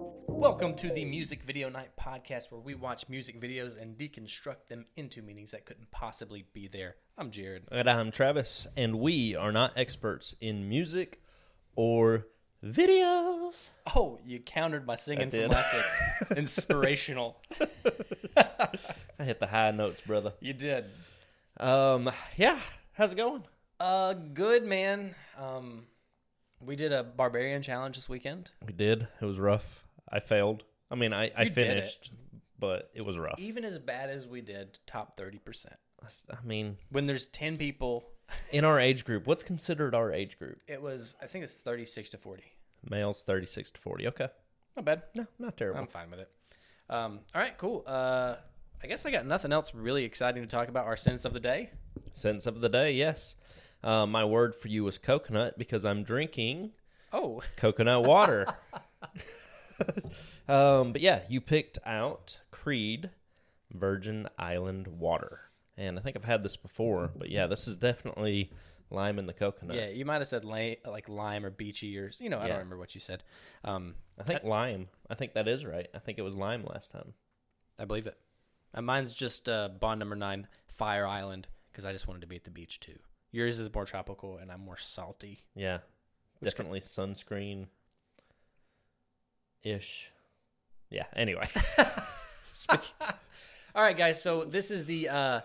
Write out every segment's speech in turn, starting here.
Welcome to the Music Video Night podcast, where we watch music videos and deconstruct them into meanings that couldn't possibly be there. I'm Jared. And I'm Travis, and we are not experts in music or videos. Oh, you countered my singing I from did. last week. Inspirational. I hit the high notes, brother. You did. Um, yeah. How's it going? Uh, good man. Um, we did a barbarian challenge this weekend. We did. It was rough. I failed. I mean, I, I You did it. finished, but it was rough. Even as bad as we did, top thirty percent. I s- I mean, When there's ten people, in our age group, what's considered our age group? it was I think it's thirty six to forty. Males 36 to 40. Okay. Not bad. No, not terrible. I'm fine with it. Um, all right, cool. Uh, I guess I got nothing else really exciting to talk about. Our sins of the day. Sentence of the day, yes. Uh, my word for you was coconut because I'm drinking Oh, coconut water. um, but yeah, you picked out Creed Virgin Island Water. And I think I've had this before, but yeah, this is definitely lime in the coconut. yeah. You might have said li- like lime or beachy or you know I Yeah. don't remember what you said. Um, I think lime. I think that is right. I think it was lime last time. I believe it. Uh, mine's just uh, bond number nine, Fire Island, because I just wanted to be at the beach too. Yours is more tropical and I'm more salty. Yeah. Which co- definitely sunscreen ish. Yeah, anyway. All right, guys. So this is the uh,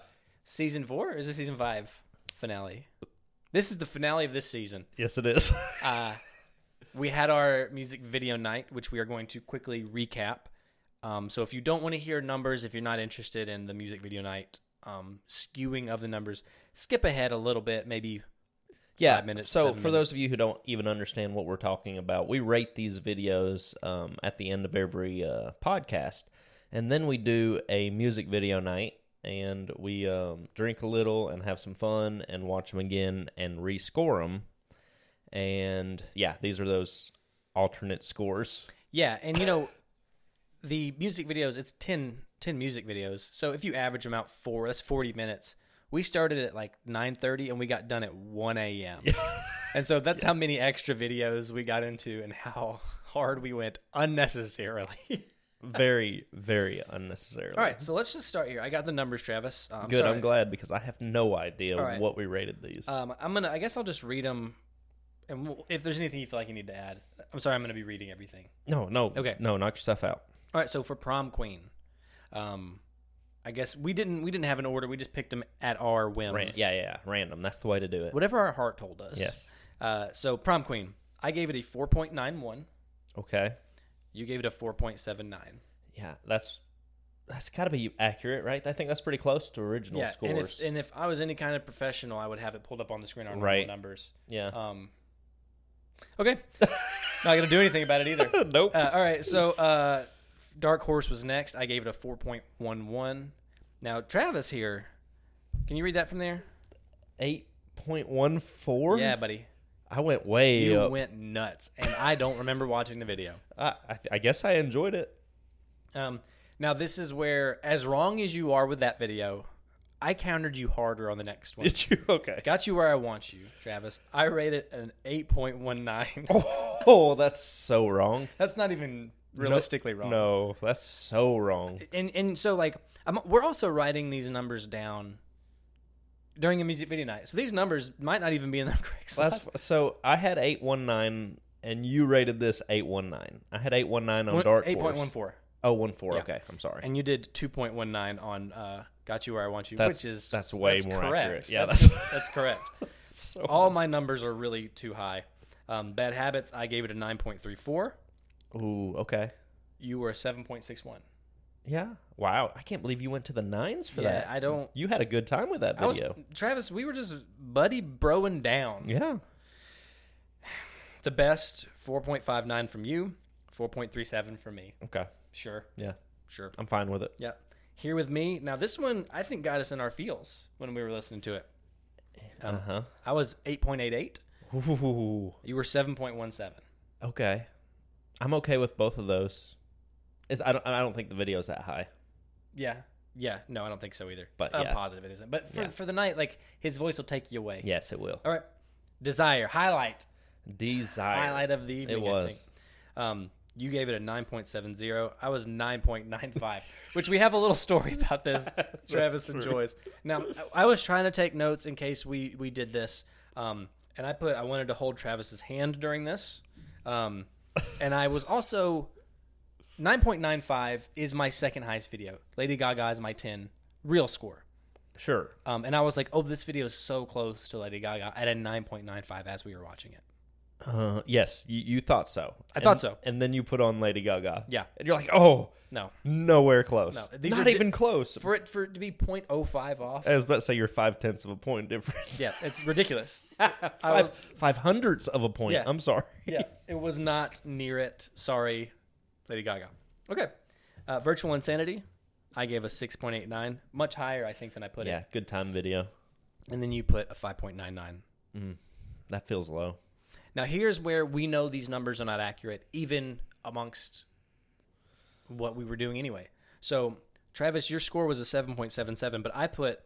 season four. Or is it season five finale? This is the finale of this season. yes, it is. Uh, we had our music video night, which we are going to quickly recap. Um, so if you don't want to hear numbers, if you're not interested in the music video night um, skewing of the numbers, skip ahead a little bit, maybe. yeah five minutes, so for seven those of you who don't even understand what we're talking about we rate these videos um, at the end of every uh, podcast and then we do a music video night and we um, drink a little and have some fun and watch them again and rescore them and yeah these are those alternate scores Yeah, and you know, the music videos, it's 10, 10 music videos. So if you average them out four, that's 40 minutes. We started at like 9.30 and we got done at 1 a.m. and so that's how many extra videos we got into and how hard we went unnecessarily. very very unnecessarily All right, so let's just start here. I got the numbers, Travis. Uh, I'm good Sorry. i'm glad because i have no idea All right. what we rated these Um, I'm gonna. I guess I'll just read them, and we'll, if there's anything you feel like you need to add, I'm sorry. I'm gonna be reading everything. no no okay. no knock yourself out All right. So for prom queen, um, I guess we didn't we didn't have an order. We just picked them at our whims. Ran- yeah, yeah yeah random that's the way to do it Whatever our heart told us. Yes. Uh, so prom queen, I gave it a 4.91. okay You gave it a 4.79. Yeah, that's that's got to be accurate, right? I think that's pretty close to original yeah. scores. And if, and if I was any kind of professional, I would have it pulled up on the screen on Right. Uh. numbers. yeah. Um, okay. Not gonna do anything about it either. nope. Uh, all right, so uh, Dark Horse was next. I gave it a 4.11. Now, Travis here, can you read that from there? Eight point one four. Yeah, buddy. I went way You up. went nuts, and I don't remember watching the video. I, I, I guess I enjoyed it. Um, now, this is where, as wrong as you are with that video, I countered you harder on the next one. Did you? Okay. Got you where I want you, Travis. I rated an 8.19. Oh, that's so wrong. That's not even realistically wrong. No, that's so wrong. and and so like I'm, we're also writing these numbers down during a music video night. So these numbers might not even be in the correct slot. Last, so I had eight one nine, and you rated this eight one nine. I had eight one nine on One- Dark Horse. 8.14 Oh, one four. Yeah. Okay, I'm sorry. and you did 2.19 on uh, got you where I want you, That's- which is that's way more accurate. Yeah, that's that's- that's correct. so All my numbers are really too high. Um, Bad habits, I gave it a 9.34. Ooh. Okay. You were a 7.61. Yeah. Wow. I can't believe you went to the nines for Yeah, that. I don't. You had a good time with that I was, video. Travis, we were just buddy broing down. yeah. The best 4.59 from you, 4.37 from me. Okay. Sure, Yeah. sure. I'm fine with it. Yeah. Here with me. Now this one I think got us in our feels when we were listening to it. Um, Uh I was 8.88. huh. You were 7.17. Okay. I'm okay with both of those. It's, I don't. I don't think the video's that high. Yeah. Yeah. No, I don't think so either. But, I'm yeah. positive it isn't. But for, Yeah. for the night, like his voice will take you away. Yes, it will. All right. Desire highlight Desire. highlight of the evening. It I think. was. Um, You gave it a 9.70. I was 9.95, which we have a little story about this, Travis and true. Joyce. Now, I I was trying to take notes in case we, we did this. Um, and I put, I wanted to hold Travis's hand during this. Um, and I was also, 9.95 is my second highest video. Lady Gaga is my 10, real score. Sure. Um, and I was like, oh, this video is so close to Lady Gaga at a 9.95 as we were watching it. Uh, yes, you, you thought so. I thought so. And then you put on Lady Gaga. Yeah. And you're like, oh, No. nowhere close. No, these Not are di- even close. For it, for it to be 0.05 off. I was about to say you're five tenths of a point difference. Yeah, it's ridiculous. I Five, was, five hundredths of a point. Yeah. I'm sorry. yeah, it was not near it. Sorry, Lady Gaga. Okay, uh, Virtual Insanity. I gave a six point eight nine, much higher I think than I put Yeah, good time video. it, and then you put a five point nine nine. That feels low. Now here's where we know these numbers are not accurate, even amongst what we were doing anyway. So Travis, your score was a seven point seven seven, but I put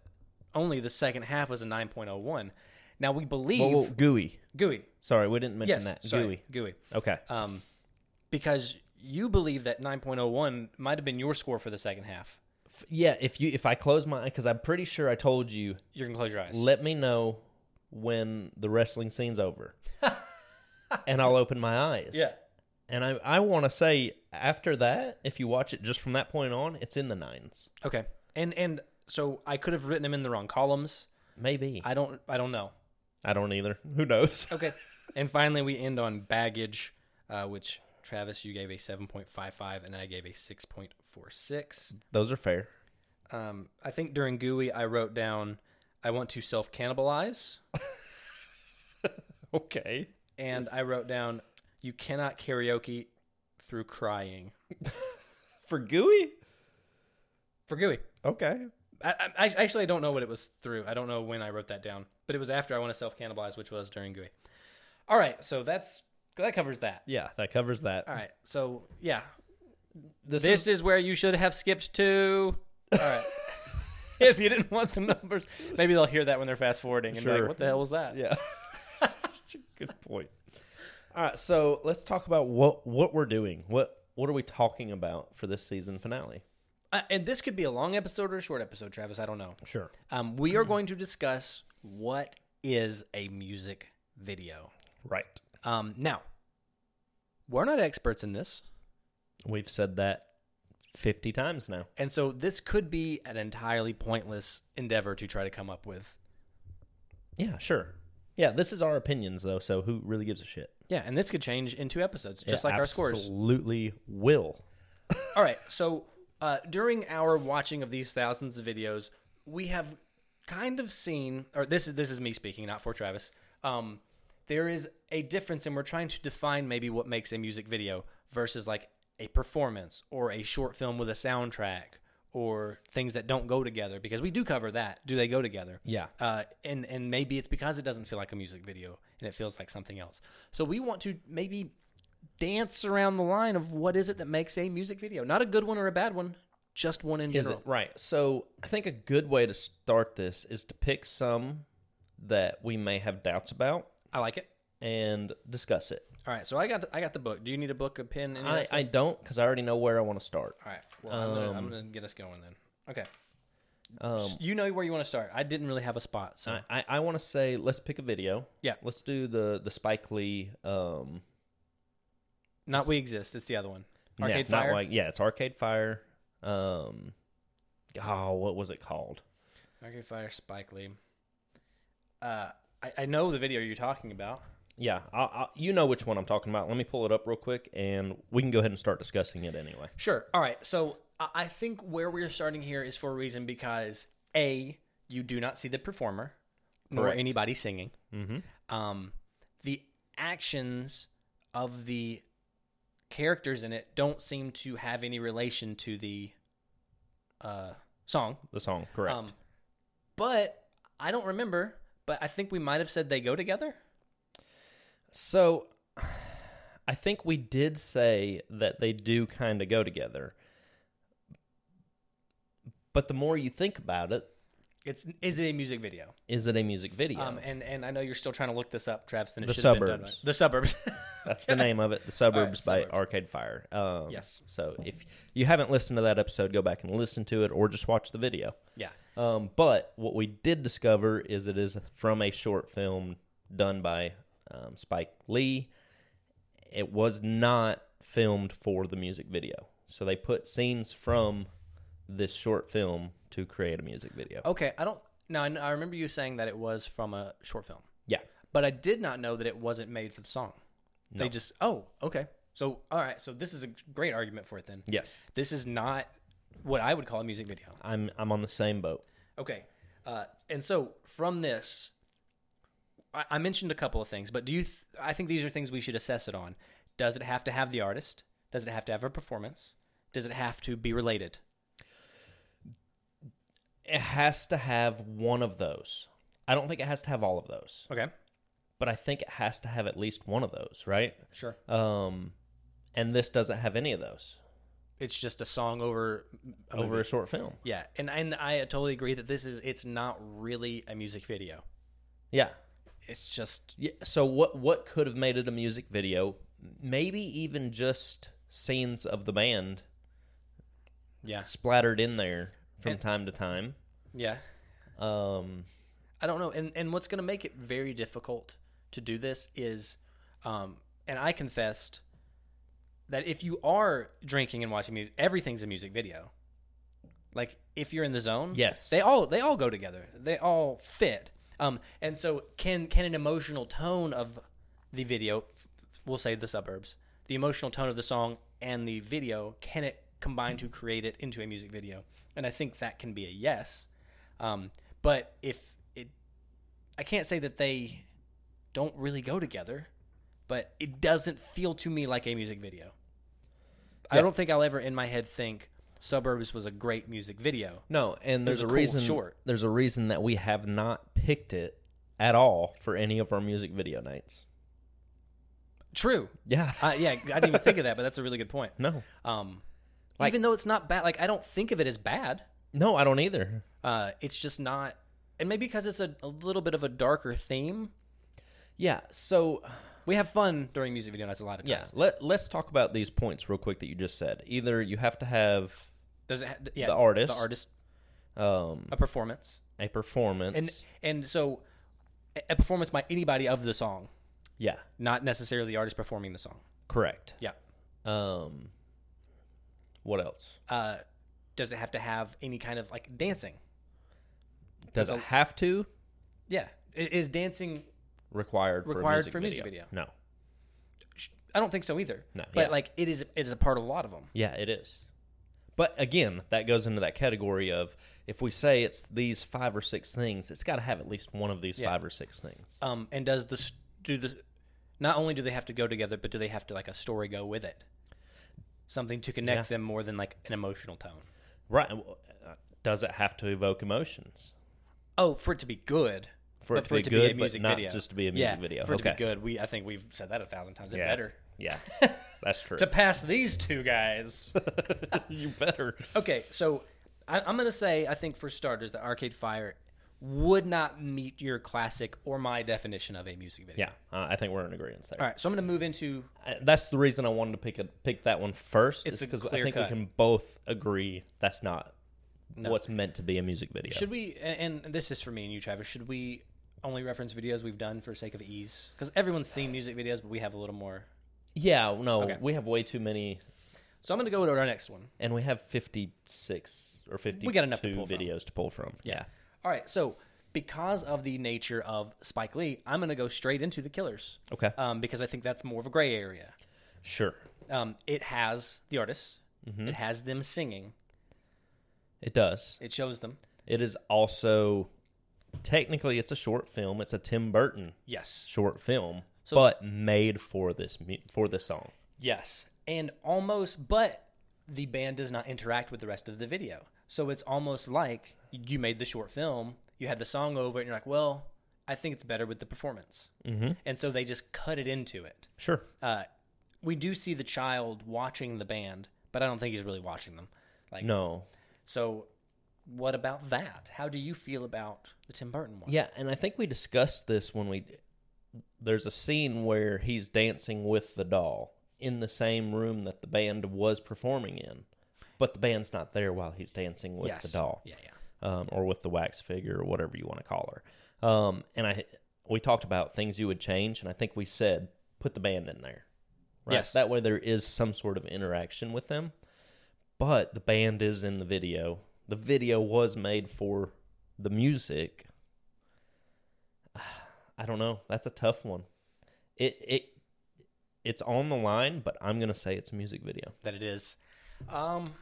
only the second half was a nine point oh one. Now we believe Whoa, whoa, gooey. GUI. Sorry, Uh, we didn't mention Yes, that. sorry, Gooey. GUI. Okay. um, because you believe that 9.01 might have been your score for the second half. F- yeah, if you if I close my eye, because I'm pretty sure I told you, You're gonna close your eyes. let me know when the wrestling scene's over, and I'll open my eyes. And I, I want to say after that, if you watch it just from that point on, it's in the nines. Okay. And and so I could have written them in the wrong columns. Maybe. I, I don't. I don't know. don't either. Who knows? Okay. and finally, we end on baggage, uh, which Travis, you gave a 7.55, and I gave a 6.46. Those are fair. Um, I think during GUI, I wrote down, I want to self cannibalize, Okay. and I wrote down, you cannot karaoke through crying For Gooey? for GUI. Okay. I, I I- actually I don't know what it was through. I don't know when I wrote that down, but it was after I want to self cannibalize, which was during GUI. All right, so that's that covers that. Yeah, that covers that. All right, so yeah, This, this is where you should have skipped to. All right, if you didn't want the numbers, maybe they'll hear that when they're fast forwarding and be Sure. like, "What the hell was that?" Yeah. Such a good point. All right, so let's talk about what what we're doing. What what are we talking about for this season finale? Uh, and this could be a long episode or a short episode, Travis. I don't know. Sure. Um, we are going to discuss what is a music video. Right. Um, now, we're not experts in this. We've said that 50 times now. And so this could be an entirely pointless endeavor to try to come up with. Yeah, sure. Yeah, this is our opinions though, so who really gives a shit? Yeah, and this could change in two episodes, just like our scores. Absolutely will. All right, so uh, during our watching of these thousands of videos, we have kind of seen, or this is this is me speaking, not for Travis. Um, there is a difference, and we're trying to define maybe what makes a music video versus like a performance or a short film with a soundtrack or things that don't go together because we do cover that. Do they go together? Yeah. uh, and and maybe it's because it doesn't feel like a music video and it feels like something else. So we want to maybe dance around the line of what is it that makes a music video, not a good one or a bad one, just one in Is general. it right? So I think a good way to start this is to pick some that we may have doubts about I like it. and discuss it. All right, so I got the, I got the book. Do you need a book, a pen? Any of that I, stuff? I don't because I already know where I want to start. All right, well I'm, gonna, I'm gonna get us going then. Okay, Um, you know where you want to start. I didn't really have a spot, so I, I, I want to say let's pick a video. Yeah. Let's do the the Spike Lee. Um, not we exist. It's the other one. yeah, Arcade not Fire. like- yeah, it's Arcade Fire. Um, oh, what was it called? Arcade Fire. Spike Lee. Uh, I, I know the video you're talking about. Yeah, I, I, you know which one I'm talking about. Let me pull it up real quick, and we can go ahead and start discussing it anyway. Sure. All right. So I I think where we're starting here is for a reason because A, you do not see the performer nor Correct. anybody singing. Mm-hmm. Um, the actions of the characters in it don't seem to have any relation to the uh, song. The song, correct? Um, but I don't remember, but I think we might have said they go together. So I think we did say that they do kind of go together. But the more you think about it, It's is it a music video? is it a music video? Um, and and I know you're still trying to look this up, Travis. And it The should have been done Suburbs. by- The suburbs. That's the name of it. The Suburbs by Suburbs. Arcade Fire. Um, Yes. So if you haven't listened to that episode, go back and listen to it, or just watch the video. Yeah. Um, but what we did discover is it is from a short film done by um, Spike Lee. It was not filmed for the music video, so they put scenes from this short film to create a music video. Okay, I don't. Now I, kn- I remember you saying that it was from a short film, Yeah. but I did not know that it wasn't made for the song. They No. just oh okay. So all right, so this is a great argument for it then. Yes. This is not what I would call a music video. I'm I'm on the same boat. Okay, uh, and so from this, I, I mentioned a couple of things, but do you? Th- I think these are things we should assess it on. Does it have to have the artist? Does it have to have a performance? Does it have to be related? It has to have one of those. I don't think it has to have all of those, Okay, but I think it has to have at least one of those, right? sure. Um, and this doesn't have any of those It's just a song over a over movie. a short film. Yeah, and and I totally agree that this is it's not really a music video. Yeah. It's just yeah. So what what could have made it a music video? Maybe even just scenes of the band yeah, splattered in there from time to time. yeah. Um, I don't know. And and what's going to make it very difficult to do this is um and I confessed that if you are drinking and watching music, everything's a music video. Like if you're in the zone, Yes. They all they all go together. They all fit. Um and so can can an emotional tone of the video f- we'll say the suburbs, the emotional tone of the song and the video, can it combine to create it into a music video? And I think that can be a yes. Um, but if it, I can't say that they don't really go together, but it doesn't feel to me like a music video. I Yeah. don't think I'll ever in my head think Suburbs was a great music video. no, and There's there's, a a, cool reason. short. There's a reason that we have not picked it at all for any of our music video nights. True. Yeah. Uh, yeah, I didn't even think of that, but that's a really good point. no. Um, Like- even though it's not bad, like I don't think of it as bad. No, I don't either. Uh, it's just not, and maybe because it's a, a little bit of a darker theme, Yeah. So we have fun during music video nights a lot of yeah, times. let let's talk about these points real quick that you just said. Either you have to have Does it? Ha- yeah, The artist. the artist, um, a performance, a performance. and and so a- a performance by anybody of the song, yeah, not necessarily the artist performing the song. correct. Yeah. Um, what else? Uh, does it have to have any kind of like dancing? Does it have to Yeah, I- is dancing? required Required for for a music a music video? video. No. sh- I don't think so either. No, but yeah. like it is, it is a part of a lot of them. Yeah, it is. But again, that goes into that category of if we say it's these five or six things, it's got to have at least one of these Yeah. five or six things. Um, and does the s- do the not only do they have to go together, but do they have to like a story go with it? Something to connect them more than like an emotional tone. Right? Well, uh, Does it have to evoke emotions? Oh, for it to be good. For it but to be good, but not just to be a music yeah, video. For it to Okay. be good, we I think we've said that a thousand times. It Yeah. better Yeah, that's true. to pass these two guys. you better. okay, so I, I'm gonna say I think for starters, the Arcade Fire would not meet your classic or my definition of a music video. Yeah, uh, I think we're in agreement there. All right, so I'm gonna move into I- That's the reason I wanted to pick a, pick that one first. It's It's a because I clear think cut. we can both agree that's not what's meant to be a music video. should we and, and this is for me and you, Travis. Should we only reference videos we've done for sake of ease? Because everyone's seen music videos, but we have a little more. yeah, no, Okay. we have way too many, So I'm gonna go to our next one. and we have fifty six or fifty. got enough to pull from. videos to pull from. Yeah. All right, so because of the nature of Spike Lee, I'm going to go straight into The Killers Okay. um, because I think that's more of a gray area. sure. Um, it has the artists, it has them singing, It does. it shows them. It is also technically it's a short film. It's a Tim Burton Yes, short film, So- but made for this mu- for this song. yes, and almost, but the band does not interact with the rest of the video, so it's almost like you made the short film, you had the song over it, and you're like, well, I think it's better with the performance, mm-hmm. and so they just cut it into it. Sure. uh, we do see the child watching the band, but I don't think he's really watching them. Like, No, so what about that? How do you feel about the Tim Burton one? Yeah, and I think we discussed this when we there's a scene where he's dancing with the doll in the same room that the band was performing in, but the band's not there while he's dancing with yes. the doll Yeah, yeah. um, or with the wax figure or whatever you want to call her. Um, and I we talked about things you would change, and I think we said put the band in there. Yes. That way there is some sort of interaction with them, but the band is in the video. The video was made for the music. I don't know. That's a tough one. It it it's on the line, but I'm gonna say it's a music video, That it is. Um.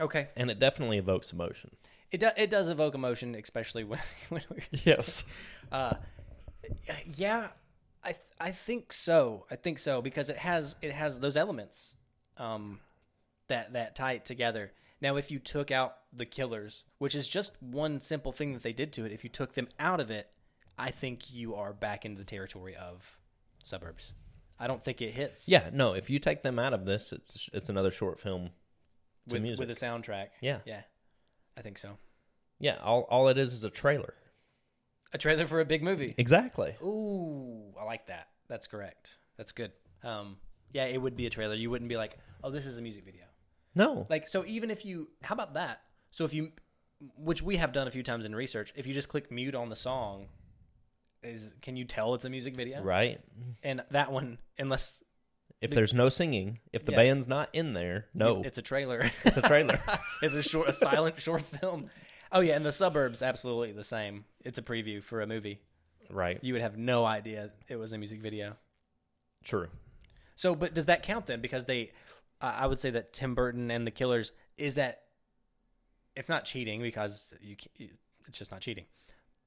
Okay. and it definitely evokes emotion. It do, it does evoke emotion, especially when when we Yes. Uh, yeah, I th- I think so. I think so because it has it has those elements, um, that that tie it together. Now, if you took out the killers, which is just one simple thing that they did to it, if you took them out of it, I think you are back into the territory of suburbs. I don't think it hits. Yeah, no. If you take them out of this, it's it's another short film. to with music. with a soundtrack. Yeah. yeah, I think so. Yeah, all all it is is a trailer. A trailer for a big movie. Exactly. Ooh, I like that. That's correct. That's good. Um, yeah, it would be a trailer. You wouldn't be like, oh, this is a music video. No. Like, so even if you, how about that? So if you, which we have done a few times in research, if you just click mute on the song, is can you tell it's a music video? Right. And that one, unless If there's no singing, if the Yeah. band's not in there, no, it's a trailer, it's a trailer. it's a short, a silent short film. Oh yeah, and the suburbs absolutely the same. It's a preview for a movie. right. You would have no idea it was a music video. True. So, but does that count then? Because they, I I would say that Tim Burton and the Killers is that it's not cheating because you, ca- it's just not cheating.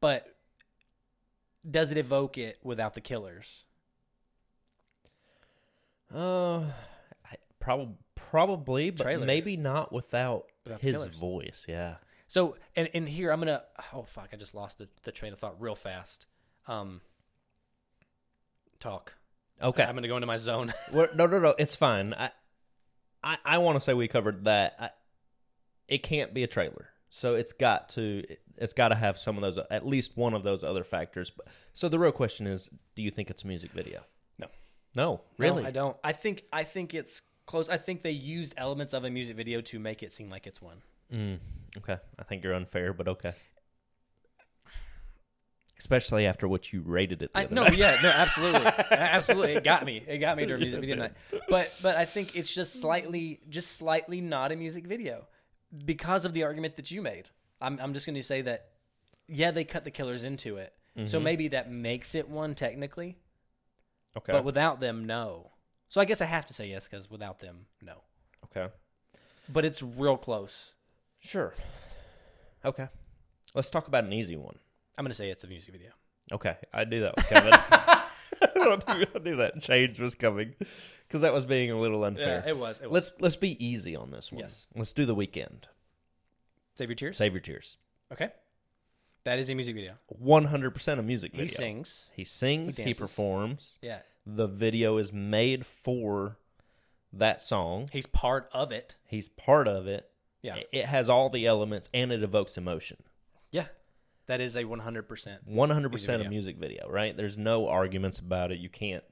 But does it evoke it without the Killers? Uh, probably probably, but Trailer. maybe not without, Without the his killers. voice. Yeah. So, and and here I'm gonna. Oh fuck! I just lost the the train of thought real fast. Um, talk. Okay. I'm gonna go into my zone. We're, no, no, no. It's fine. I, I, I want to say we covered that. I, it can't be a trailer, so it's got to. It's got to have some of those, at least one of those other factors. But so the real question is, do you think it's a music video? No. No, No, really. I don't. I think I think it's close. I think they used elements of a music video to make it seem like it's one. Mm, okay, I think you're unfair, but okay. Especially after what you rated it. The I, other no, night. yeah, no, absolutely, A- absolutely. It got me. It got me during music video night. But but I think it's just slightly, just slightly not a music video because of the argument that you made. I'm I'm just going to say that yeah, they cut the killers into it, so maybe that makes it one technically, Okay. but without them, no. So I guess I have to say yes because without them, no. okay. But it's real close. Sure. Okay. Let's talk about an easy one. I'm going to say it's a music video. Okay, I knew that was coming. I knew- I knew that change was coming because that was being a little unfair. Yeah, it was. It was. let's let's be easy on this one. Yes. Let's do the weekend. Save your tears. Save your tears. Okay, that is a music video. One hundred percent a music video. He sings. He sings. He He, dances. performs. Yeah, The video is made for that song. he's part of it. He's part of it. Yeah. It- It has all the elements and it evokes emotion. Yeah, that is a 100%. One hundred percent Music a video. music video, right? There's no arguments about it. You can't.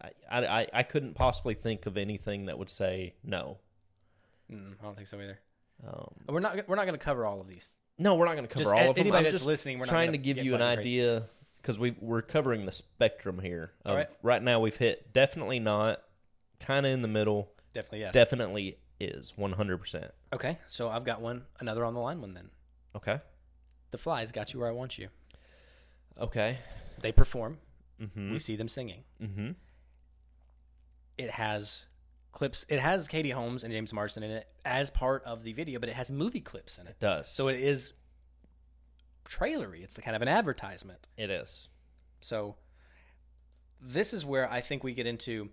I, I I- I couldn't possibly think of anything that would say no. Mm, I don't think so either. Um, We're not we're not going to cover all of these. no, we're not going to cover Just all a- of them. anybody I'm that's just listening, we're not trying gonna to give get you an fucking crazy. idea because we we're covering the spectrum here. of- All right. Right now, we've hit definitely not, kind of in the middle. Definitely yes. Definitely is one hundred percent. okay, so I've got one another on the line one then. Okay. The flies got you where I want you. Okay. They perform. Mm-hmm. We see them singing. Mm-hmm. It has clips. It has Katie Holmes and James Marsden in it as part of the video, but it has movie clips in it. Does So it is trailery. It's the kind of an advertisement. it is. So this is where I think we get into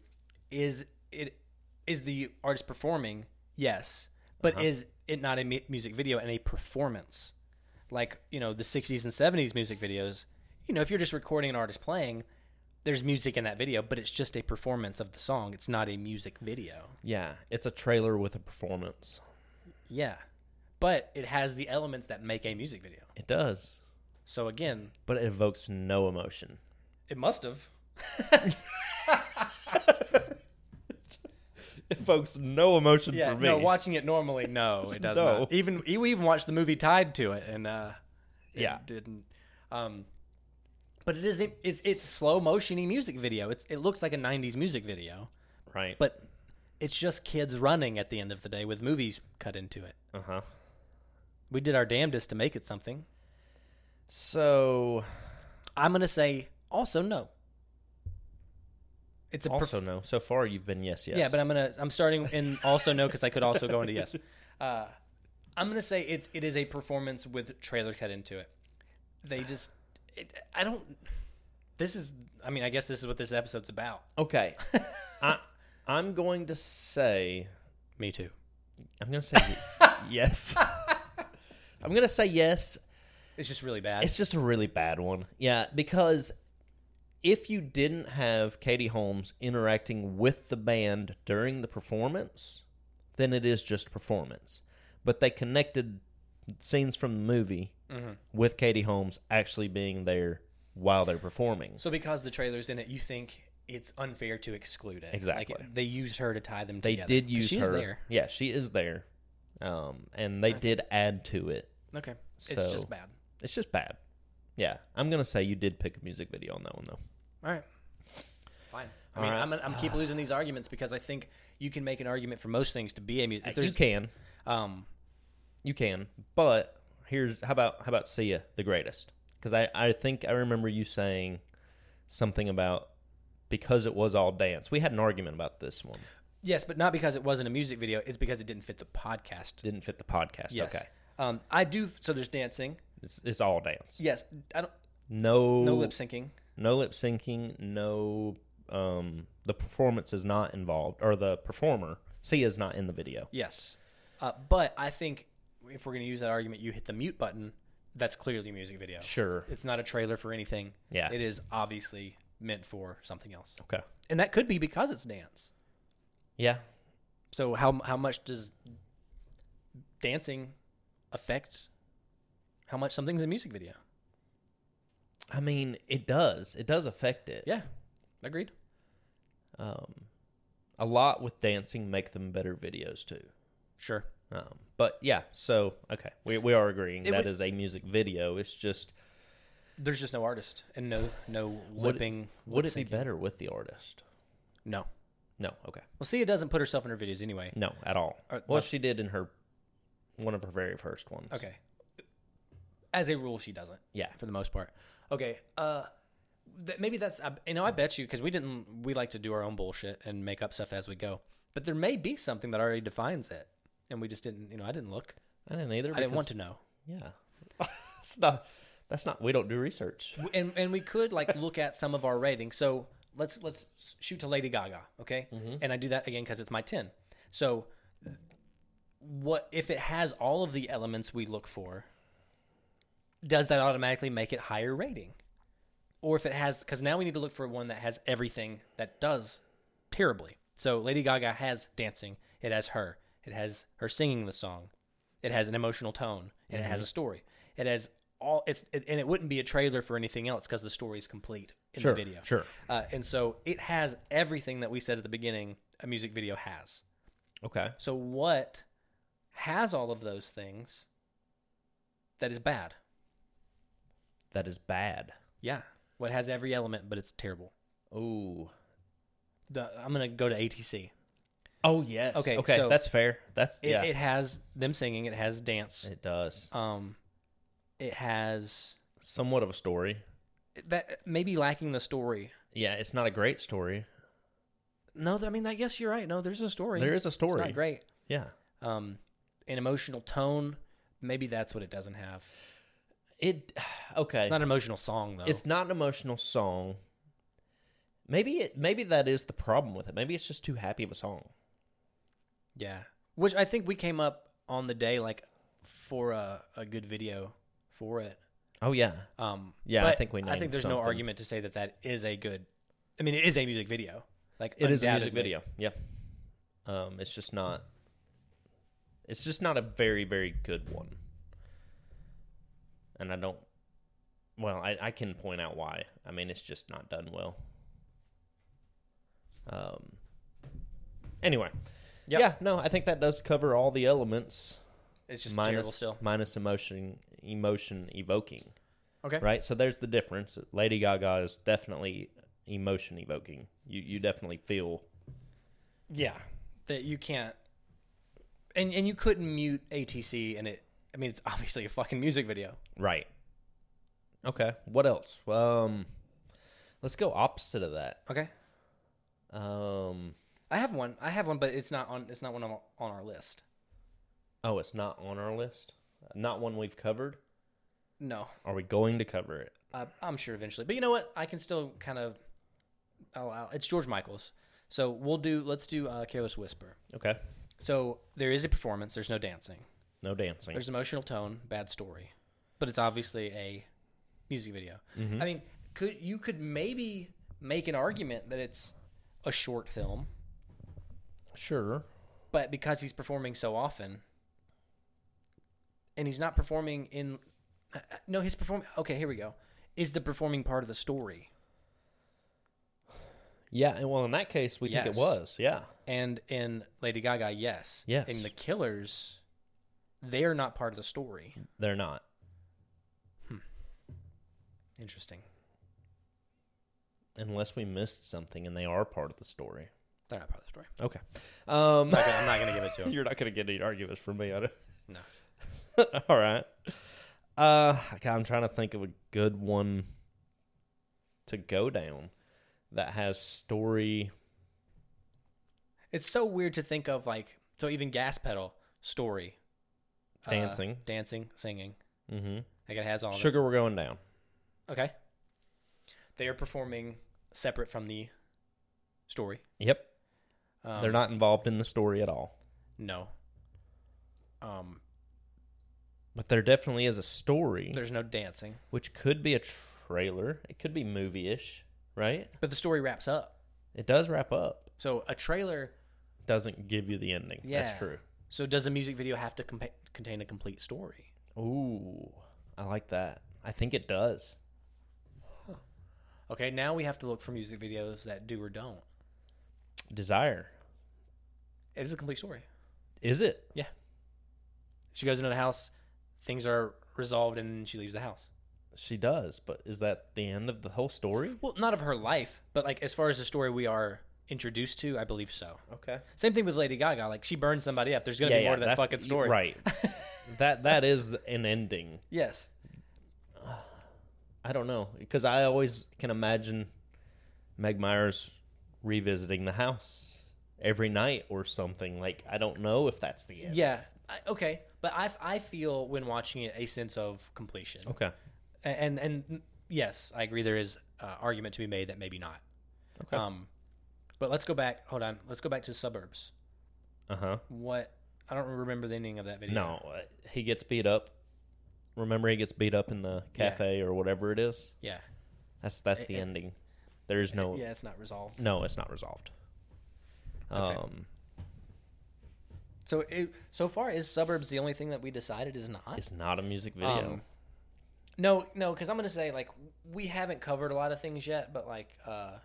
is it is the artist performing? Yes, but is it not a mu- music video and a performance? Like, you know, the 60s and 70s music videos, you know, if you're just recording an artist playing, there's music in that video, but it's just a performance of the song. It's not a music video. Yeah, it's a trailer with a performance. Yeah. But it has the elements that make a music video. It does. So again, but it evokes no emotion. it must have. It evokes no emotion Yeah, for me. no, watching it normally, no, it does No. not. Even we even watched the movie tied to it, and uh, it Yeah. didn't. Um, but it isn't. It's it's slow motiony music video. It's it looks like a '90s music video, right. but it's just kids running at the end of the day with movies cut into it. Uh huh. We did our damnedest to make it something. So I'm gonna say also no. It's a perf- also no. So far you've been yes yes. Yeah, but I'm gonna I'm starting in also no because I could also go into yes. Uh, I'm gonna say it's it is a performance with trailer cut into it. They Ah. just it, I don't. This is I mean I guess this is what this episode's about. okay. I I'm going to say Me too. I'm going to say y- yes. I'm going to say yes. It's just really bad. It's just a really bad one. Yeah, because if you didn't have Katie Holmes interacting with the band during the performance, then it is just performance. But they connected scenes from the movie with Katie Holmes actually being there while they're performing. so because the trailer's in it, you think it's unfair to exclude it. Exactly. Like they used her to tie them They together. did 'Cause use she's her. there. Yeah, she is there. Um, and they did add to it. Okay. So- It's just bad. It's just bad. Yeah, I'm gonna say you did pick a music video on that one though. All right. Fine. I mean, right. Ah. I'm, I'm keep losing these arguments because I think you can make an argument for most things to be a music. If Uh, you there's, can, um, you can, but here's how about how about Sia the greatest? Because I I think I remember you saying something about because it was all dance. We had an argument about this one. Yes, but not because it wasn't a music video. It's because it didn't fit the podcast. Didn't fit the podcast. Yes. Okay, Um, I do. So there's dancing. it's, it's all dance. Yes. I don't. No No lip syncing. no lip syncing. No, um, the performance is not involved, or the performer Sia is not in the video. Yes. Uh, but I think if we're going to use that argument, you hit the mute button. That's clearly a music video. Sure. It's not a trailer for anything. Yeah. It is obviously meant for something else, Okay. and that could be because it's dance. Yeah. So how how much does dancing affect how much something's a music video? I mean, it does. It does affect it. Yeah. Agreed. Um, a lot with dancing make them better videos too. Sure. Um, but yeah, so okay, we we are agreeing It that would- is a music video. It's just There's just no artist and no no Would it- lipping. would it be lip-syncing. better with the artist? No. No. Okay. Well, Sia doesn't put herself in her videos anyway. No, at all. Uh, well, but- she did in her one of her very first ones. Okay. As a rule, she doesn't Yeah. for the most part. Okay. Uh, th- maybe that's I- you know I bet you because we didn't we like to do our own bullshit and make up stuff as we go. But there may be something that already defines it, and we just didn't. You know, I didn't look. I didn't either. I didn't want to know. Yeah. that's not. That's not. We don't do research. and and we could like look at some of our ratings. So let's let's shoot to Lady Gaga, okay? Mm-hmm. And I do that again because it's my ten. So what if it has all of the elements we look for? Does that automatically make it higher rating? Or if it has, because now we need to look for one that has everything that does terribly. So Lady Gaga has dancing. It has her. It has her singing the song. It has an emotional tone and it has Mm-hmm. a story. It has all. It's it, and it wouldn't be a trailer for anything else because the story is complete in Sure, the video. sure. Uh, and so it has everything that we said at the beginning. A music video has. Okay. So what has all of those things that is bad? That is bad. Yeah. What has every element but it's terrible? Ooh. The, I'm gonna go to ATC. Oh yes. Okay, Okay. so- that's fair. That's It, yeah. it has them singing. It has dance. it does. um, it has Somewhat of a story. that maybe lacking the story. Yeah, it's not a great story. No, I mean, I guess you're right. No, there's a story. There is a It's story. not great. Yeah. Um, an emotional tone. Maybe that's what it doesn't have. It okay. It's not an emotional song though. an emotional song. Maybe it maybe that is the problem with it. Maybe it's just too happy of a song. yeah, which I think we came up on the day like for a, a good video for it. Oh yeah. Um, Yeah, I but think we I think named there's no something. argument to say that that is a good. I mean, it is a music video. Like It is a music undoubtedly. video. Yeah. Um it's just not it's just not a very very good one. And I don't well, I, I can point out why. I mean, it's just not done well. Um. Anyway, Yep. yeah, no, I think that does cover all the elements It's just terrible minus still. minus emotion emotion evoking. Okay. Right. So there's the difference. Lady Gaga is definitely emotion evoking. You you definitely feel Yeah, that you can't, and and you couldn't mute ATC, and it. I mean, it's obviously a fucking music video. right. Okay. What else? Um, let's go opposite of that. Okay, Um, I have one. I have one, but it's not on. It's not one on, on our list. oh, it's not on our list. Not one we've covered. No, Are we going to cover it? I, Uh, I'm sure eventually. But you know what? I can still kind of. Oh, I'll- it's George Michael's. So we'll do. Let's do uh, Careless Whisper. Okay. So there is a performance. There's no dancing. No dancing. There's emotional tone, bad story, but it's obviously a music video. I mean, could you could maybe make an argument that it's a short film, sure. but because he's performing so often, and he's not performing in, uh, uh, no, his perform. Okay, here we go. Is the performing part of the story, Yeah. And well, in that case, we think Yes. it was. Yeah. and in Lady Gaga, yes, Yes. in The Killers, they are not part of the story. They're not. Interesting. Unless we missed something and they are part of the story. They're not part of the story. Okay. Um, Okay, I'm not gonna give it to him. You're not going to get any arguments from me on it. No. All right. Uh, God, I'm trying to think of a good one to go down that has story. It's so weird to think of like so even gas pedal story, uh, Dancing. dancing, singing. Mm-hmm. Like it has all. of it. Sugar, we're going down. Okay. They are performing separate from the story. Yep. Um, They're not involved in the story at all. No. Um. But there definitely is a story, There's no dancing, which could be a trailer. It could be movie ish, right? but the story wraps up. It does wrap up. So a trailer. Doesn't give you the ending. Yeah. That's true. So does a music video have to compa- contain a complete story? Ooh, I like that. I think it does. Okay. Now we have to look for music videos that do or don't. Desire. It is a complete story. Is it? She goes into the house. Things are resolved, and she leaves the house. She does, but is that the end of the whole story? Well, not of her life, but like as far as the story we are introduced to, I believe so. Okay. Same thing with Lady Gaga. Like she burns somebody up. There's gonna be more to that that's- fucking story. Right. that that is an ending. Yes. I don't know because I always can imagine Meg Myers revisiting the house every night or something. Like I don't know if that's the end. Yeah. I, okay. But I, I feel when watching it a sense of completion. Okay. A- And and yes, I agree. There is uh, argument to be made that maybe not. Okay. Um, but let's go back. Hold on. Let's go back to suburbs. uh huh. What I don't remember the ending of that video. No, uh, he gets beat up. Remember, he gets beat up in the Yeah. cafe or whatever it is. Yeah. That's that's the Eh, eh. ending. There is no Yeah, it's not resolved. no. It's not resolved. Okay. Um, So it, so far is suburbs the only thing that we decided is not. it's not a music video. Um, no, no, because I'm gonna say like we haven't covered a lot of things yet, but like uh,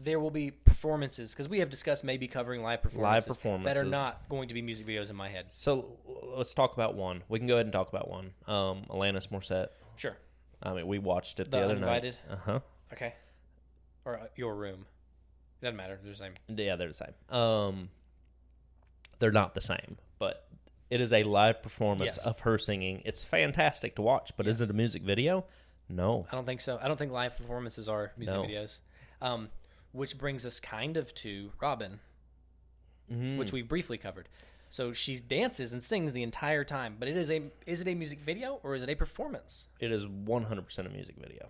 there will be performances because we have discussed maybe covering live performances, that are performances. not going to be music videos in my head. So l- let's talk about one. We can go ahead and talk about one. Um, Alanis Morissette. Sure. I mean, we watched it The the, other Uninvited? night. Uh huh. Okay. Or uh, your room. It doesn't matter. They're the same. Yeah, they're the same. Um, they're not the same, but it is a live Yes. performance of her singing. It's fantastic to watch, but is Yes. it a music video? No. I don't think so. I don't think live performances are music No. videos. Um, which brings us kind of to Robin, Hmm. which we briefly covered. So she dances and sings the entire time, but it is a is it a music video or is it a performance? It is 100% a music video.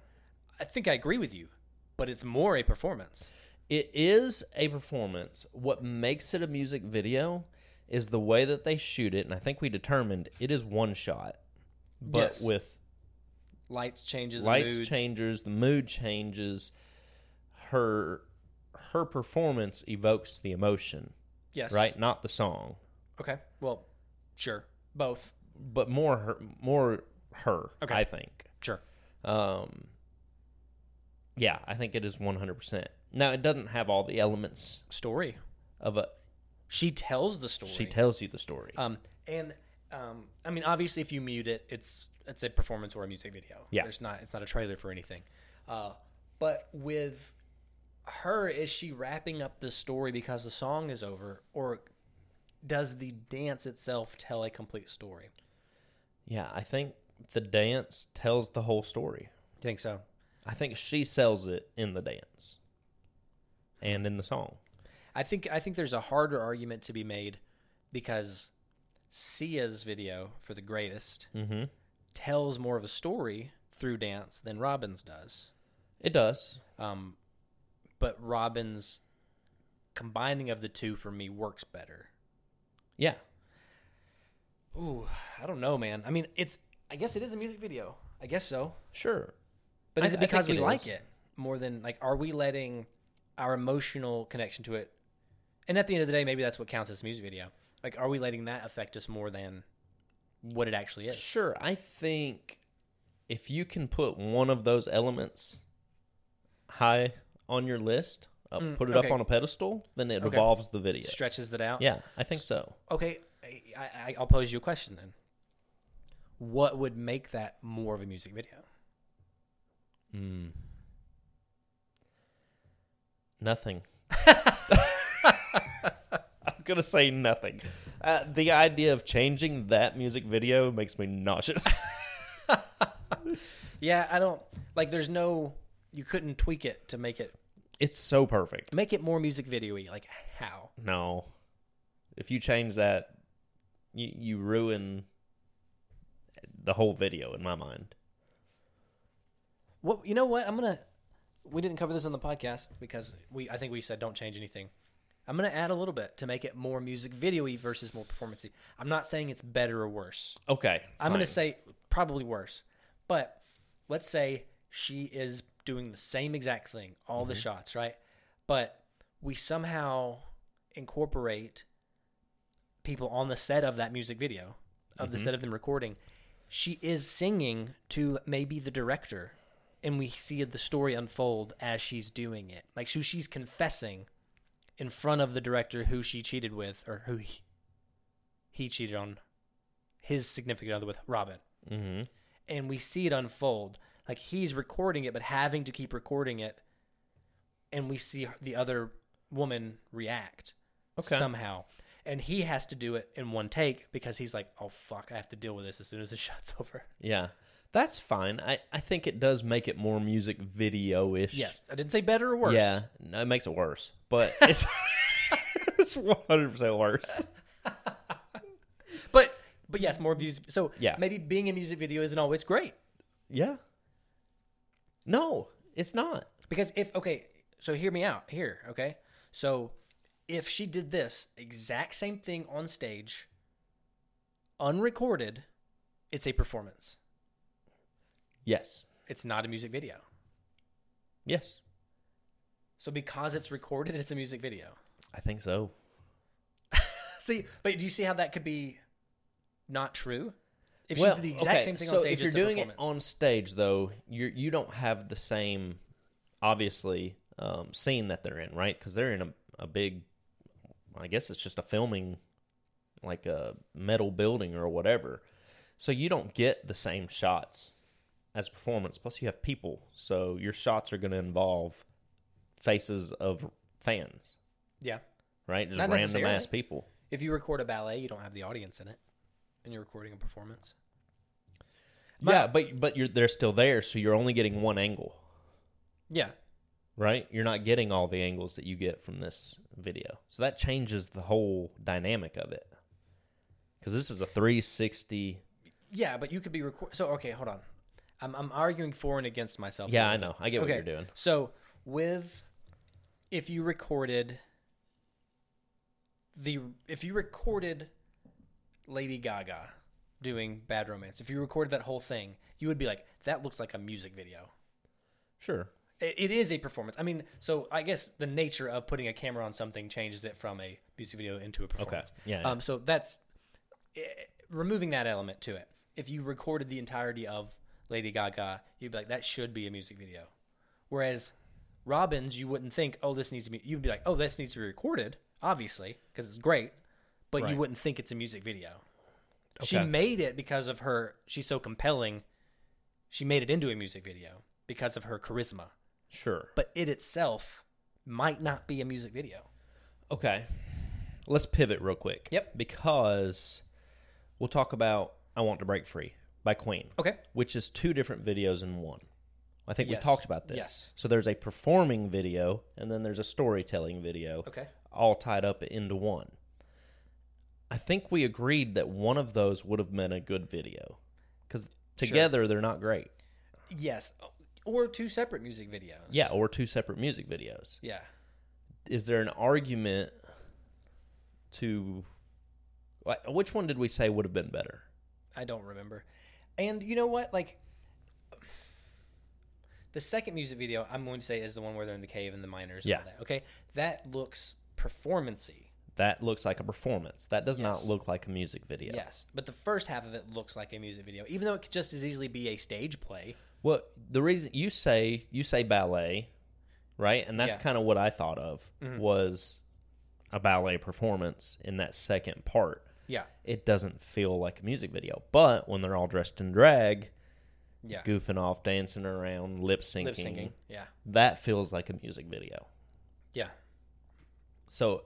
I think I agree with you, but it's more a performance. It is a performance. What makes it a music video is the way that they shoot it, and I think we determined it is one shot, but Yes. with Lights changes, lights moods. changes, the mood changes. Her her performance evokes the emotion, Yes. right? Not the song, Okay. Well, sure. Both. but more her, more her. Okay. I think Um, yeah, I think it is 100%. Now, it doesn't have all the elements Story. of a. She tells the story. She tells you the story. Um, and um, I mean, obviously, if you mute it, it's it's a performance or a music video. Yeah. there's not it's not a trailer for anything. Uh, but with her, is she wrapping up the story because the song is over, or does the dance itself tell a complete story? yeah, I think the dance tells the whole story. Do you think so? I think she sells it in the dance and in the song. I think I think there's a harder argument to be made because Sia's video for the greatest Mm-hmm. tells more of a story through dance than Robin's does. It does. Um, but Robin's combining of the two for me works better. Yeah. Ooh, I don't know, man. I mean, it's I guess it is a music video. I guess so. Sure. But I- is I it because think we it like is. it more than like are we letting our emotional connection to it? And at the end of the day, maybe that's what counts as a music video. Like, are we letting that affect us more than what it actually is? Sure. I think if you can put one of those elements high on your list, uh, Mm, put it okay. up on a pedestal, then it Okay. evolves the video. Stretches it out. Yeah, I think so. Okay, I, I, I'll pose you a question then. What would make that more of a music video? Mm. Nothing. I'm gonna say nothing. Uh, the idea of changing that music video makes me nauseous. Yeah, I don't like. There's no. You couldn't tweak it to make it it's so perfect. make it more music videoy. Like how? No, if you change that, you you ruin the whole video in my mind. What you know? What I'm gonna. We didn't cover this on the podcast because we. I think we said don't change anything. I'm gonna add a little bit to make it more music videoy versus more performancey. I'm not saying it's better or worse. Okay, I'm going fine. to say probably worse. But let's say she is doing the same exact thing, all the shots, right? But we somehow incorporate people on the set of that music video, of the set of them recording. She is singing to maybe the director, and we see the story unfold as she's doing it. Like, so she's confessing in front of the director who she cheated with or who he, he cheated on his significant other with Robin. Mhm. And we see it unfold. Like he's recording it, but having to keep recording it. And we see the other woman react Okay. somehow. And he has to do it in one take because he's like, oh, fuck, I have to deal with this as soon as the shot's over. Yeah, that's fine. I I think it does make it more music video ish. Yes. I didn't say better or worse. Yeah, no, it makes it worse, but it's it's one hundred percent worse. But, but yes, more views. So Yeah. maybe being a music video isn't always great. Yeah. No, it's not. Because if okay, so hear me out here, okay? So if she did this exact same thing on stage, unrecorded, it's a performance. Yes. It's not a music video. Yes. So because it's recorded, it's a music video. I think so. See, but do you see how that could be not true? If well, she did the exact okay, same thing so on stage, if you're it's doing a it performance. on stage, though, you you don't have the same, obviously, um, scene that they're in, right? Because they're in a, a big, I guess it's just a filming, like a metal building or whatever. So you don't get the same shots as performance. Plus, you have people, so your shots are going to involve faces of fans, yeah. right? Just Not random ass necessarily. people. If you record a ballet, you don't have the audience in it, and you're recording a performance. yeah, but but you're they're still there, so you're only getting one angle. Yeah, right? You're not getting all the angles that you get from this video. So that changes the whole dynamic of it. Because this is a 360. yeah, but you could be record. So okay, hold on. I'm I'm arguing for and against myself. a Yeah, little I bit. know. I get what you're doing. So with if you recorded the if you recorded Lady Gaga doing Bad Romance, if you recorded that whole thing, you would be like, that looks like a music video. Sure. It, it is a performance. I mean, so I guess the nature of putting a camera on something changes it from a music video into a performance. Yeah, yeah. Um. So that's eh, removing that element to it. If you recorded the entirety of Lady Gaga, you'd be like, that should be a music video. Whereas Robbins, you wouldn't think, oh, this needs to be. You'd be like, oh, this needs to be recorded, obviously, because it's great, but Right. you wouldn't think it's a music video. She Okay. made it because of her. She's so compelling. She made it into a music video because of her charisma, Sure. but it itself might not be a music video. Okay. Let's pivot real quick. Yep. Because we'll talk about I Want to Break Free by Queen, Okay. which is two different videos in one. I think Yes. we talked about this. Yes. So there's a performing video and then there's a storytelling video Okay. all tied up into one. I think we agreed that one of those would have been a good video because together they're not great. Yes. Or two separate music videos. Yeah, or two separate music videos. Yeah. is there an argument to like, which one did we say would have been better? I don't remember. And you know what? Like the second music video, I'm going to say is the one where they're in the cave and the miners. And all Yeah. that, okay. That looks performancy. That looks like a performance. That does not Yes. look like a music video. Yes, but the first half of it looks like a music video, even though it could just as easily be a stage play. Well, the reason you say you say ballet, right? And that's Yeah. Mm-hmm. kind of what I thought of was a ballet performance in that second part. Yeah, It doesn't feel like a music video. But when they're all dressed in drag, yeah, goofing off, dancing around, lip syncing, lip syncing. Yeah, that feels like a music video. yeah. So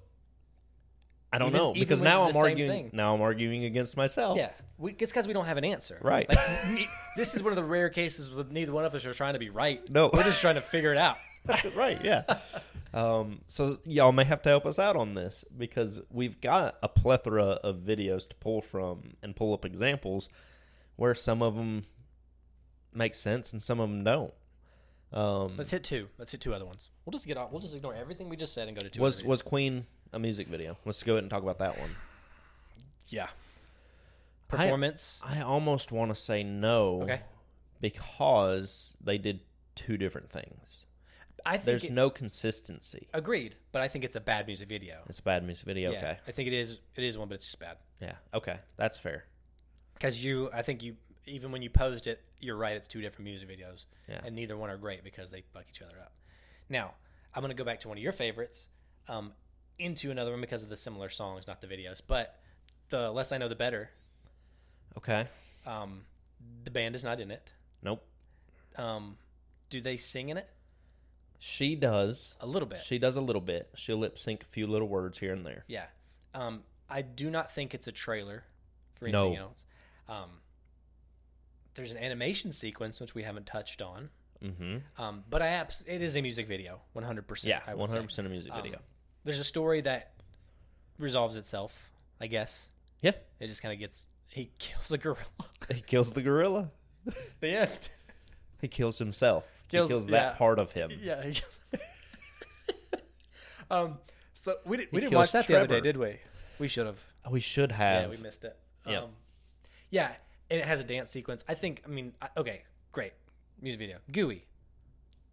I don't Even- know even because with now the I'm same arguing. thing. Now I'm arguing against myself. Yeah, we, it's because we don't have an answer. Oh. Right. Like, me- this is one of the rare cases with neither one of us are trying to be right. No. We're just trying to figure it out. right. Yeah. um, so y'all may have to help us out on this because we've got a plethora of videos to pull from and pull up examples where some of them make sense and some of them don't. Um, Let's hit two. Let's hit two other ones. We'll just get off. We'll just ignore everything we just said and go to two. was other was Queen a music video? Let's go ahead and talk about that one. videos. yeah. Performance. I almost want to say no, Okay. because they did two different things. I, think There's it- no consistency. agreed, but I think it's a bad music video. It's a bad music video. Yeah, Okay. I think it is. It is one, but it's just bad. Yeah. Okay. That's fair. Because you, I think you, even when you posed it, you're right. It's two different music videos, Yeah. and neither one are great because they fuck each other up. Now, I'm gonna go back to one of your favorites, um, into another one because of the similar songs, not the videos. But the less I know, the better. Okay. Um, the band is not in it. Nope. Um, do they sing in it? She does. A little bit. She does a little bit. She'll lip sync a few little words here and there. Yeah. Um, I do not think it's a trailer for anything No. else. Um, there's an animation sequence which we haven't touched on. Mm-hmm. Um, but I abs- it is a music video, 100%. Yeah. I would One say. hundred percent a music Um, video. There's a story that resolves itself, I guess. Yeah. It just kind of gets he kills a gorilla. He kills the gorilla. the end. He kills himself. Kills- he kills that yeah. part of him. Yeah, he kills. um so we, did, He we didn't kills watch that the other Trevor. day, did we? We should have. We should Yeah, have. we missed it. Yeah. Um, yeah, and it has a dance sequence. I think I mean I, okay, great. Music video. Gooey.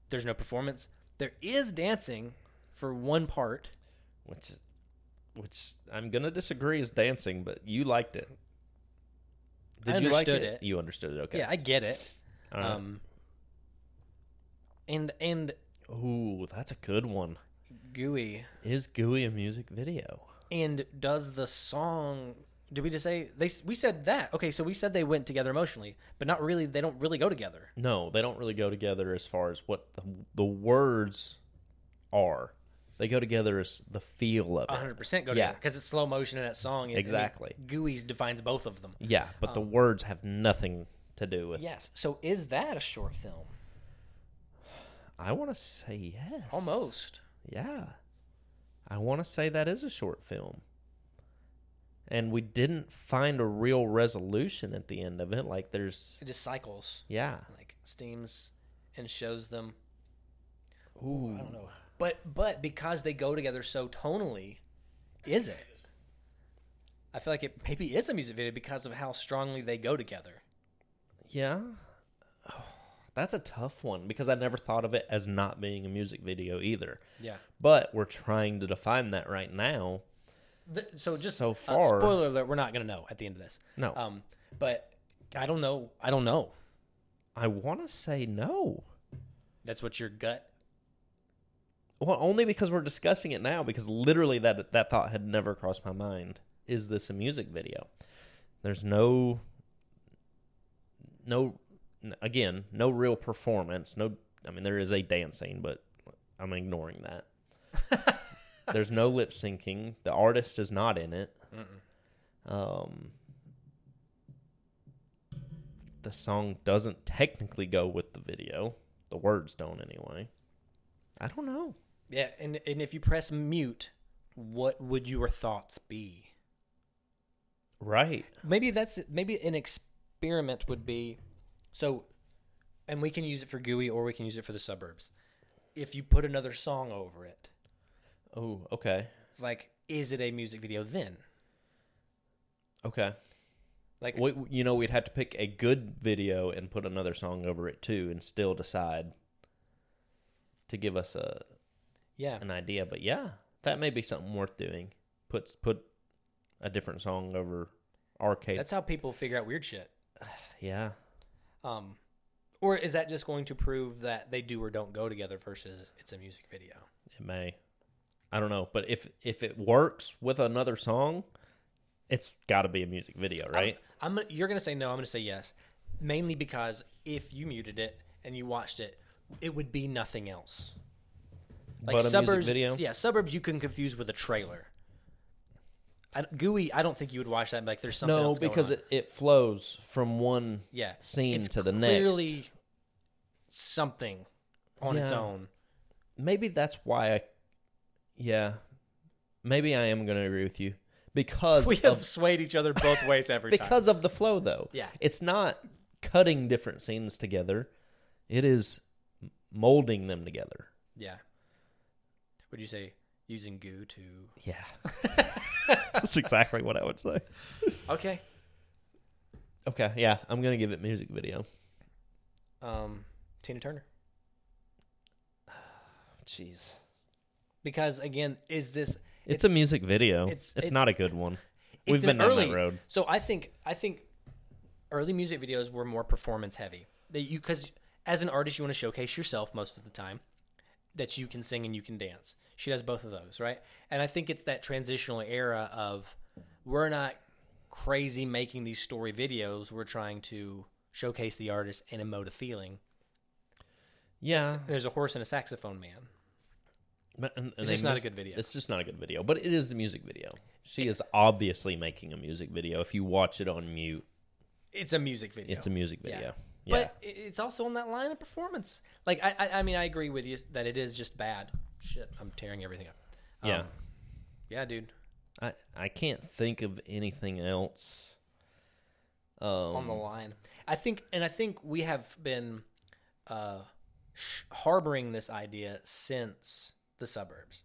There's no performance. There is dancing for one part. which, which I'm gonna disagree is dancing, but you liked it. I you like understood it. You understood it. Okay. Yeah, I get it. All right. Um, and and Ooh, that's a good one. gooey. Is Gooey a music video? And does the song? Did we just say they? s- We said that. Okay, so we said they went together emotionally, but not really. They don't really go together. No, they don't really go together as far as what the, the words are. They go together as the feel of A it. hundred percent go Yeah. together because it's slow motion in that song. and- Exactly. And gooey defines both of them. Yeah, but Um, the words have nothing to do with. Yes. So is that a short film? I want to say yes. Almost. Yeah. I want to say that is a short film. And we didn't find a real resolution at the end of it. Like there's It just cycles, yeah. like steams, and shows them. Ooh. I don't know. But but because they go together so tonally, is it? I feel like it maybe is a music video because of how strongly they go together. Yeah. that's a tough one because I never thought of it as not being a music video either. Yeah. but we're trying to define that right now. so just So uh, far- spoiler Um, alert: we're not gonna know at the end of this. No, Um, but I don't know. I don't know. I want to say no. That's what your gut. Well, only because we're discussing it now, because literally that that thought had never crossed my mind. Is this a music video? There's no, no, n- again, no real performance. No, I mean there is a dancing, but I'm ignoring that. There's no lip syncing. The artist is not in it. Um, the song doesn't technically go with the video. The words don't, anyway. I don't know. Yeah, and and if you press mute, what would your thoughts be? Right. Maybe that's maybe an experiment would be so and we can use it for GUI or we can use it for the suburbs. If you put another song over it, Oh, okay. like is it a music video then? Okay. Like We, you know, we'd have to pick a good video and put another song over it too, and still decide to give us a yeah. an idea. But yeah, that may be something worth doing. Put put a different song over arcade. That's how people figure out weird shit. yeah. Um or is that just going to prove that they do or don't go together versus it's a music video? It may. I don't know, but if if it works with another song, it's got to be a music video, right? I'm, I'm you're gonna say no. I'm gonna say yes, mainly because if you muted it and you watched it, it would be nothing else. But a music video? yeah, suburbs you can confuse with a trailer. I, GUI, I don't think you would watch that. And be like, there's something. No, else going because on. it, it flows from one yeah, scene it's to the next. clearly something on its Yeah. own. Maybe that's why I yeah. Maybe I am going to agree with you because We have of, swayed each other both ways every time. because of the flow though. Yeah. It's not cutting different scenes together. It is molding them together. Yeah. Would you say using goo to? Yeah. that's exactly what I would say. Okay. Okay, yeah, I'm going to give it music video. Um, Tina Turner. Jeez. Because again, is this? It's, a music video. it's- It's, it- not a good one. it's We've an been down early, that road. So I think I think early music videos were more performance heavy. That you because as an artist you want to showcase yourself most of the time. That you can sing and you can dance. She does both of those, right? And I think it's that transitional era of we're not crazy making these story videos. We're trying to showcase the artist and emote a feeling. Yeah. There's a horse and a saxophone man. But, and, and It's they just not a missed- good video. It's just not a good video, but it is a music video. She is obviously making a music video. If you watch it on mute, It's a music video. it's a music Yeah. video. Yeah. But i it's also on that line of performance. Like I, I, I mean, I agree with you that it is just bad. Shit, I'm tearing everything up. Um, yeah. Yeah, dude. I, I can't think of anything else. On Um, the line, I think, and I think we have been uh, sh- harboring this idea since the suburbs,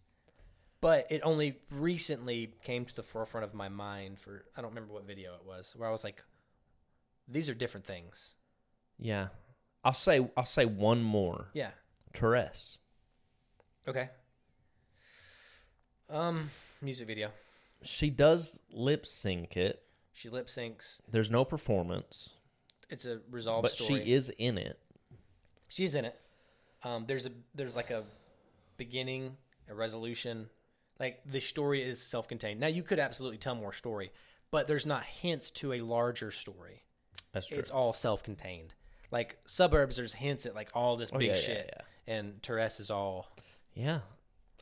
but it only recently came to the forefront of my mind. For I don't remember what video it was, where I was like, "These are different things." yeah. I'll say I'll say one more. Yeah. Torres. Okay. Um, music video. She does lip sync it. She lip syncs. There's no performance, It's a resolved but story. she is in it. She's in it. Um, there's a there's like a beginning, a resolution. Like the story is self-contained. Now you could absolutely tell more story, but there's not hints to a larger story. That's true. It's all self-contained. Like suburbs, there's hints at like all this big Oh, yeah, yeah, shit, and Therese is all Yeah,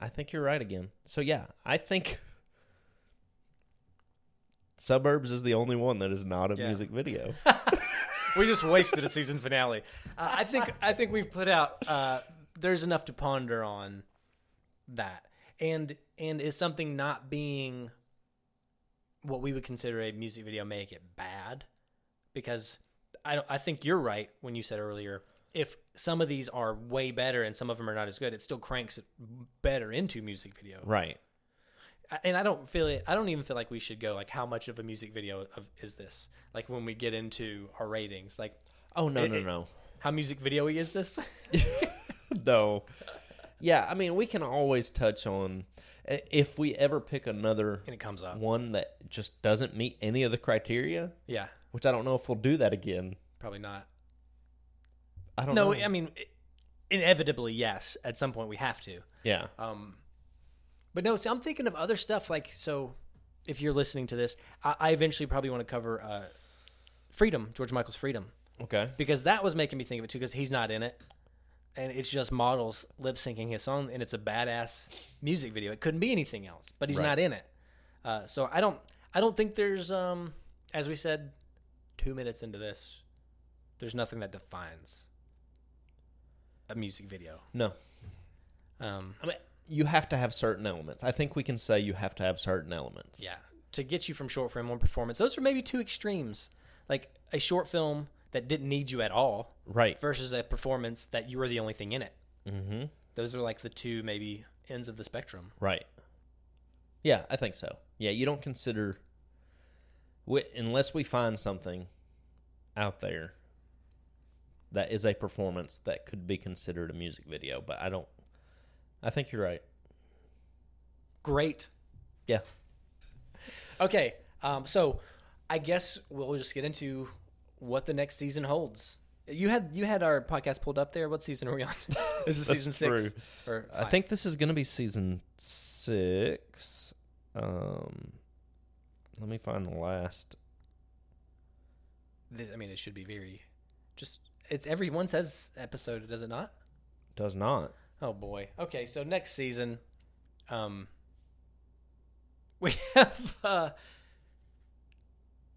I think you're right again. So yeah, I think Suburbs is the only one that is not a Yeah. music video. we just wasted a season finale. Uh, I think I think we've put out. Uh, there's enough to ponder on that, and and is something not being what we would consider a music video make it bad? Because I don't, I think you're right when you said earlier. If some of these are way better and some of them are not as good, it still cranks it better into music video. right. I- and I don't feel it. I don't even feel like we should go like how much of a music video of, is this? Like when we get into our ratings, like Oh no It- no it- no how music video y is this? no. Yeah, I mean we can always touch on i- if we ever pick another and it comes up. one that just doesn't meet any of the criteria, Yeah, which I don't know if we'll do that again. probably not. I don't No, know. I mean, inevitably, yes. At some point, we have to. yeah. Um, but no, so I'm thinking of other stuff like so. If you're listening to this, I, I eventually probably want to cover uh, Freedom, George Michael's Freedom, Okay. because that was making me think of it too. Because he's not in it, and it's just models lip syncing his song, and it's a badass music video. It couldn't be anything else, but he's Right. not in it. Uh, so I don't, I don't think there's, um, as we said, two minutes into this, there's nothing that defines a music video. No. Um, I mean, you have to have certain elements. I think we can say you have to have certain elements. Yeah. To get you from short film one performance, those are maybe two extremes. Like a short film that didn't need you at all Right. versus a performance that you were the only thing in it. Mm-hmm. Those are like the two maybe ends of the spectrum. Right. Yeah, I think so. Yeah, you don't consider we, unless we find something out there that is a performance that could be considered a music video, but I don't I think you're right. Great. Yeah. Okay. Um, so I guess we'll just get into what the next season holds. You had you had our podcast pulled up there. What season are we on? this is That's season six. true. Or I five. think this is going to be season 6. Um let me find the last. This- I mean, it should be very. Just it's everyone says episode, does it not? Does not. Oh boy. Okay, so next season, um, we have uh,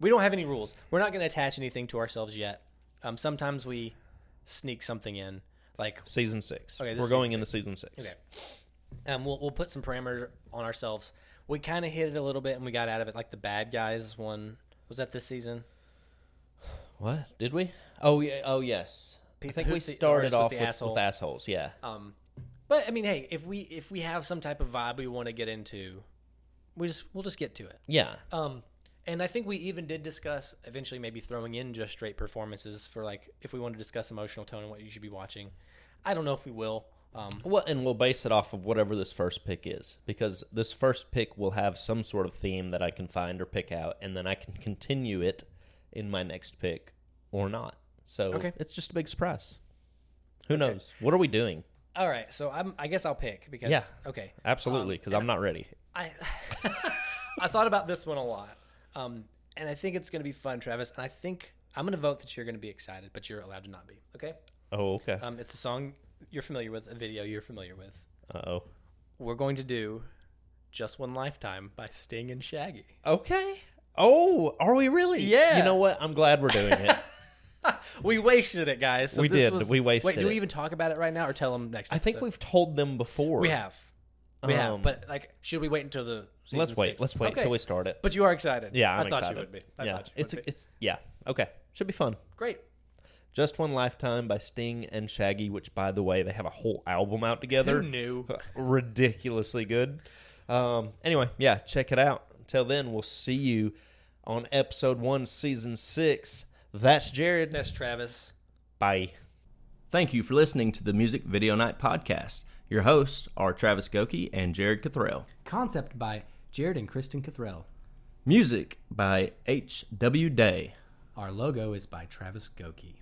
we don't have any rules. We're not going to attach anything to ourselves yet. Um, sometimes we sneak something in, like Season 6. Okay, this We're is going season into season 6. okay, um, we'll we'll put some parameters on ourselves. We kind of hit it a little bit, and we got out of it. Like the bad guys one was that this season? What? Did we? Oh yeah, oh yes. I Pe- think who- we the started artist was off the with, asshole. with assholes, yeah. Um, but I mean, hey, if we if we have some type of vibe we want to get into, we just we'll just get to it. Yeah. Um, and I think we even did discuss eventually maybe throwing in just straight performances for like if we want to discuss emotional tone and what you should be watching. I don't know if we will. Um, Well, and we'll base it off of whatever this first pick is, because this first pick will have some sort of theme that I can find or pick out, and then I can continue it in my next pick or not. So Okay. it's just a big surprise. Who knows? What are we doing? all right, so I'm, I guess I'll pick because Yeah. okay. Um, Absolutely, because I'm not ready. I I thought about this one a lot, um, and I think it's going to be fun, Travis. And I think I'm going to vote that you're going to be excited, but you're allowed to not be. Okay. Oh, okay. Um, it's a song you're familiar with, a video you're familiar with. Uh oh. We're going to do "Just One Lifetime" by Sting and Shaggy. Okay. Oh, are we really? Yeah. You know what? I'm glad we're doing it. We wasted it, guys. So We this did. was- We wasted Wait, do we it. even talk about it right now, or tell them next? I think episode? we've told them before. we have, we Um, have. But like, should we wait until the? Season Let's wait. let Let's wait okay. until we start it. But you are excited. Yeah, I'm I thought excited. you would be. I yeah, thought you would it's be. it's yeah. Okay, should be fun. great. Just One Lifetime by Sting and Shaggy, which, by the way, they have a whole album out Who together. knew? Ridiculously good. Um, anyway, yeah, check it out. Until then, we'll see you on episode one, season six. That's Jared. That's Travis. Bye. Thank you for listening to the Music Video Night Podcast. Your hosts are Travis Goki and Jared Cathrell. Concept by Jared and Kristen Cathrell. Music by H.W. Day. Our logo is by Travis Goki.